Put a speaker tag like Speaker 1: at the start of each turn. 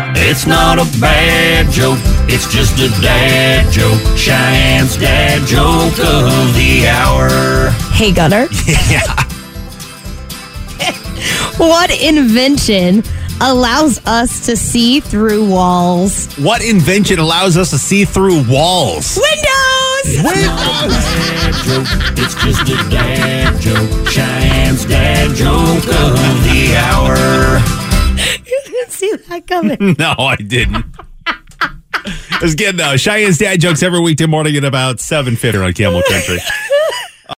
Speaker 1: It's not a bad joke, it's just a dad joke. Cheyenne's dad joke of the hour.
Speaker 2: Hey, Gunner. what invention allows us to see through walls?
Speaker 3: What invention allows us to see through walls?
Speaker 2: Windows!
Speaker 1: Dad joke, it's just a dad joke. Cheyenne's dad joke of the hour.
Speaker 2: you didn't see that coming.
Speaker 3: No, I didn't. uh, It's good though. Cheyenne's dad jokes every weekday morning at about seven fitter on Camel Country.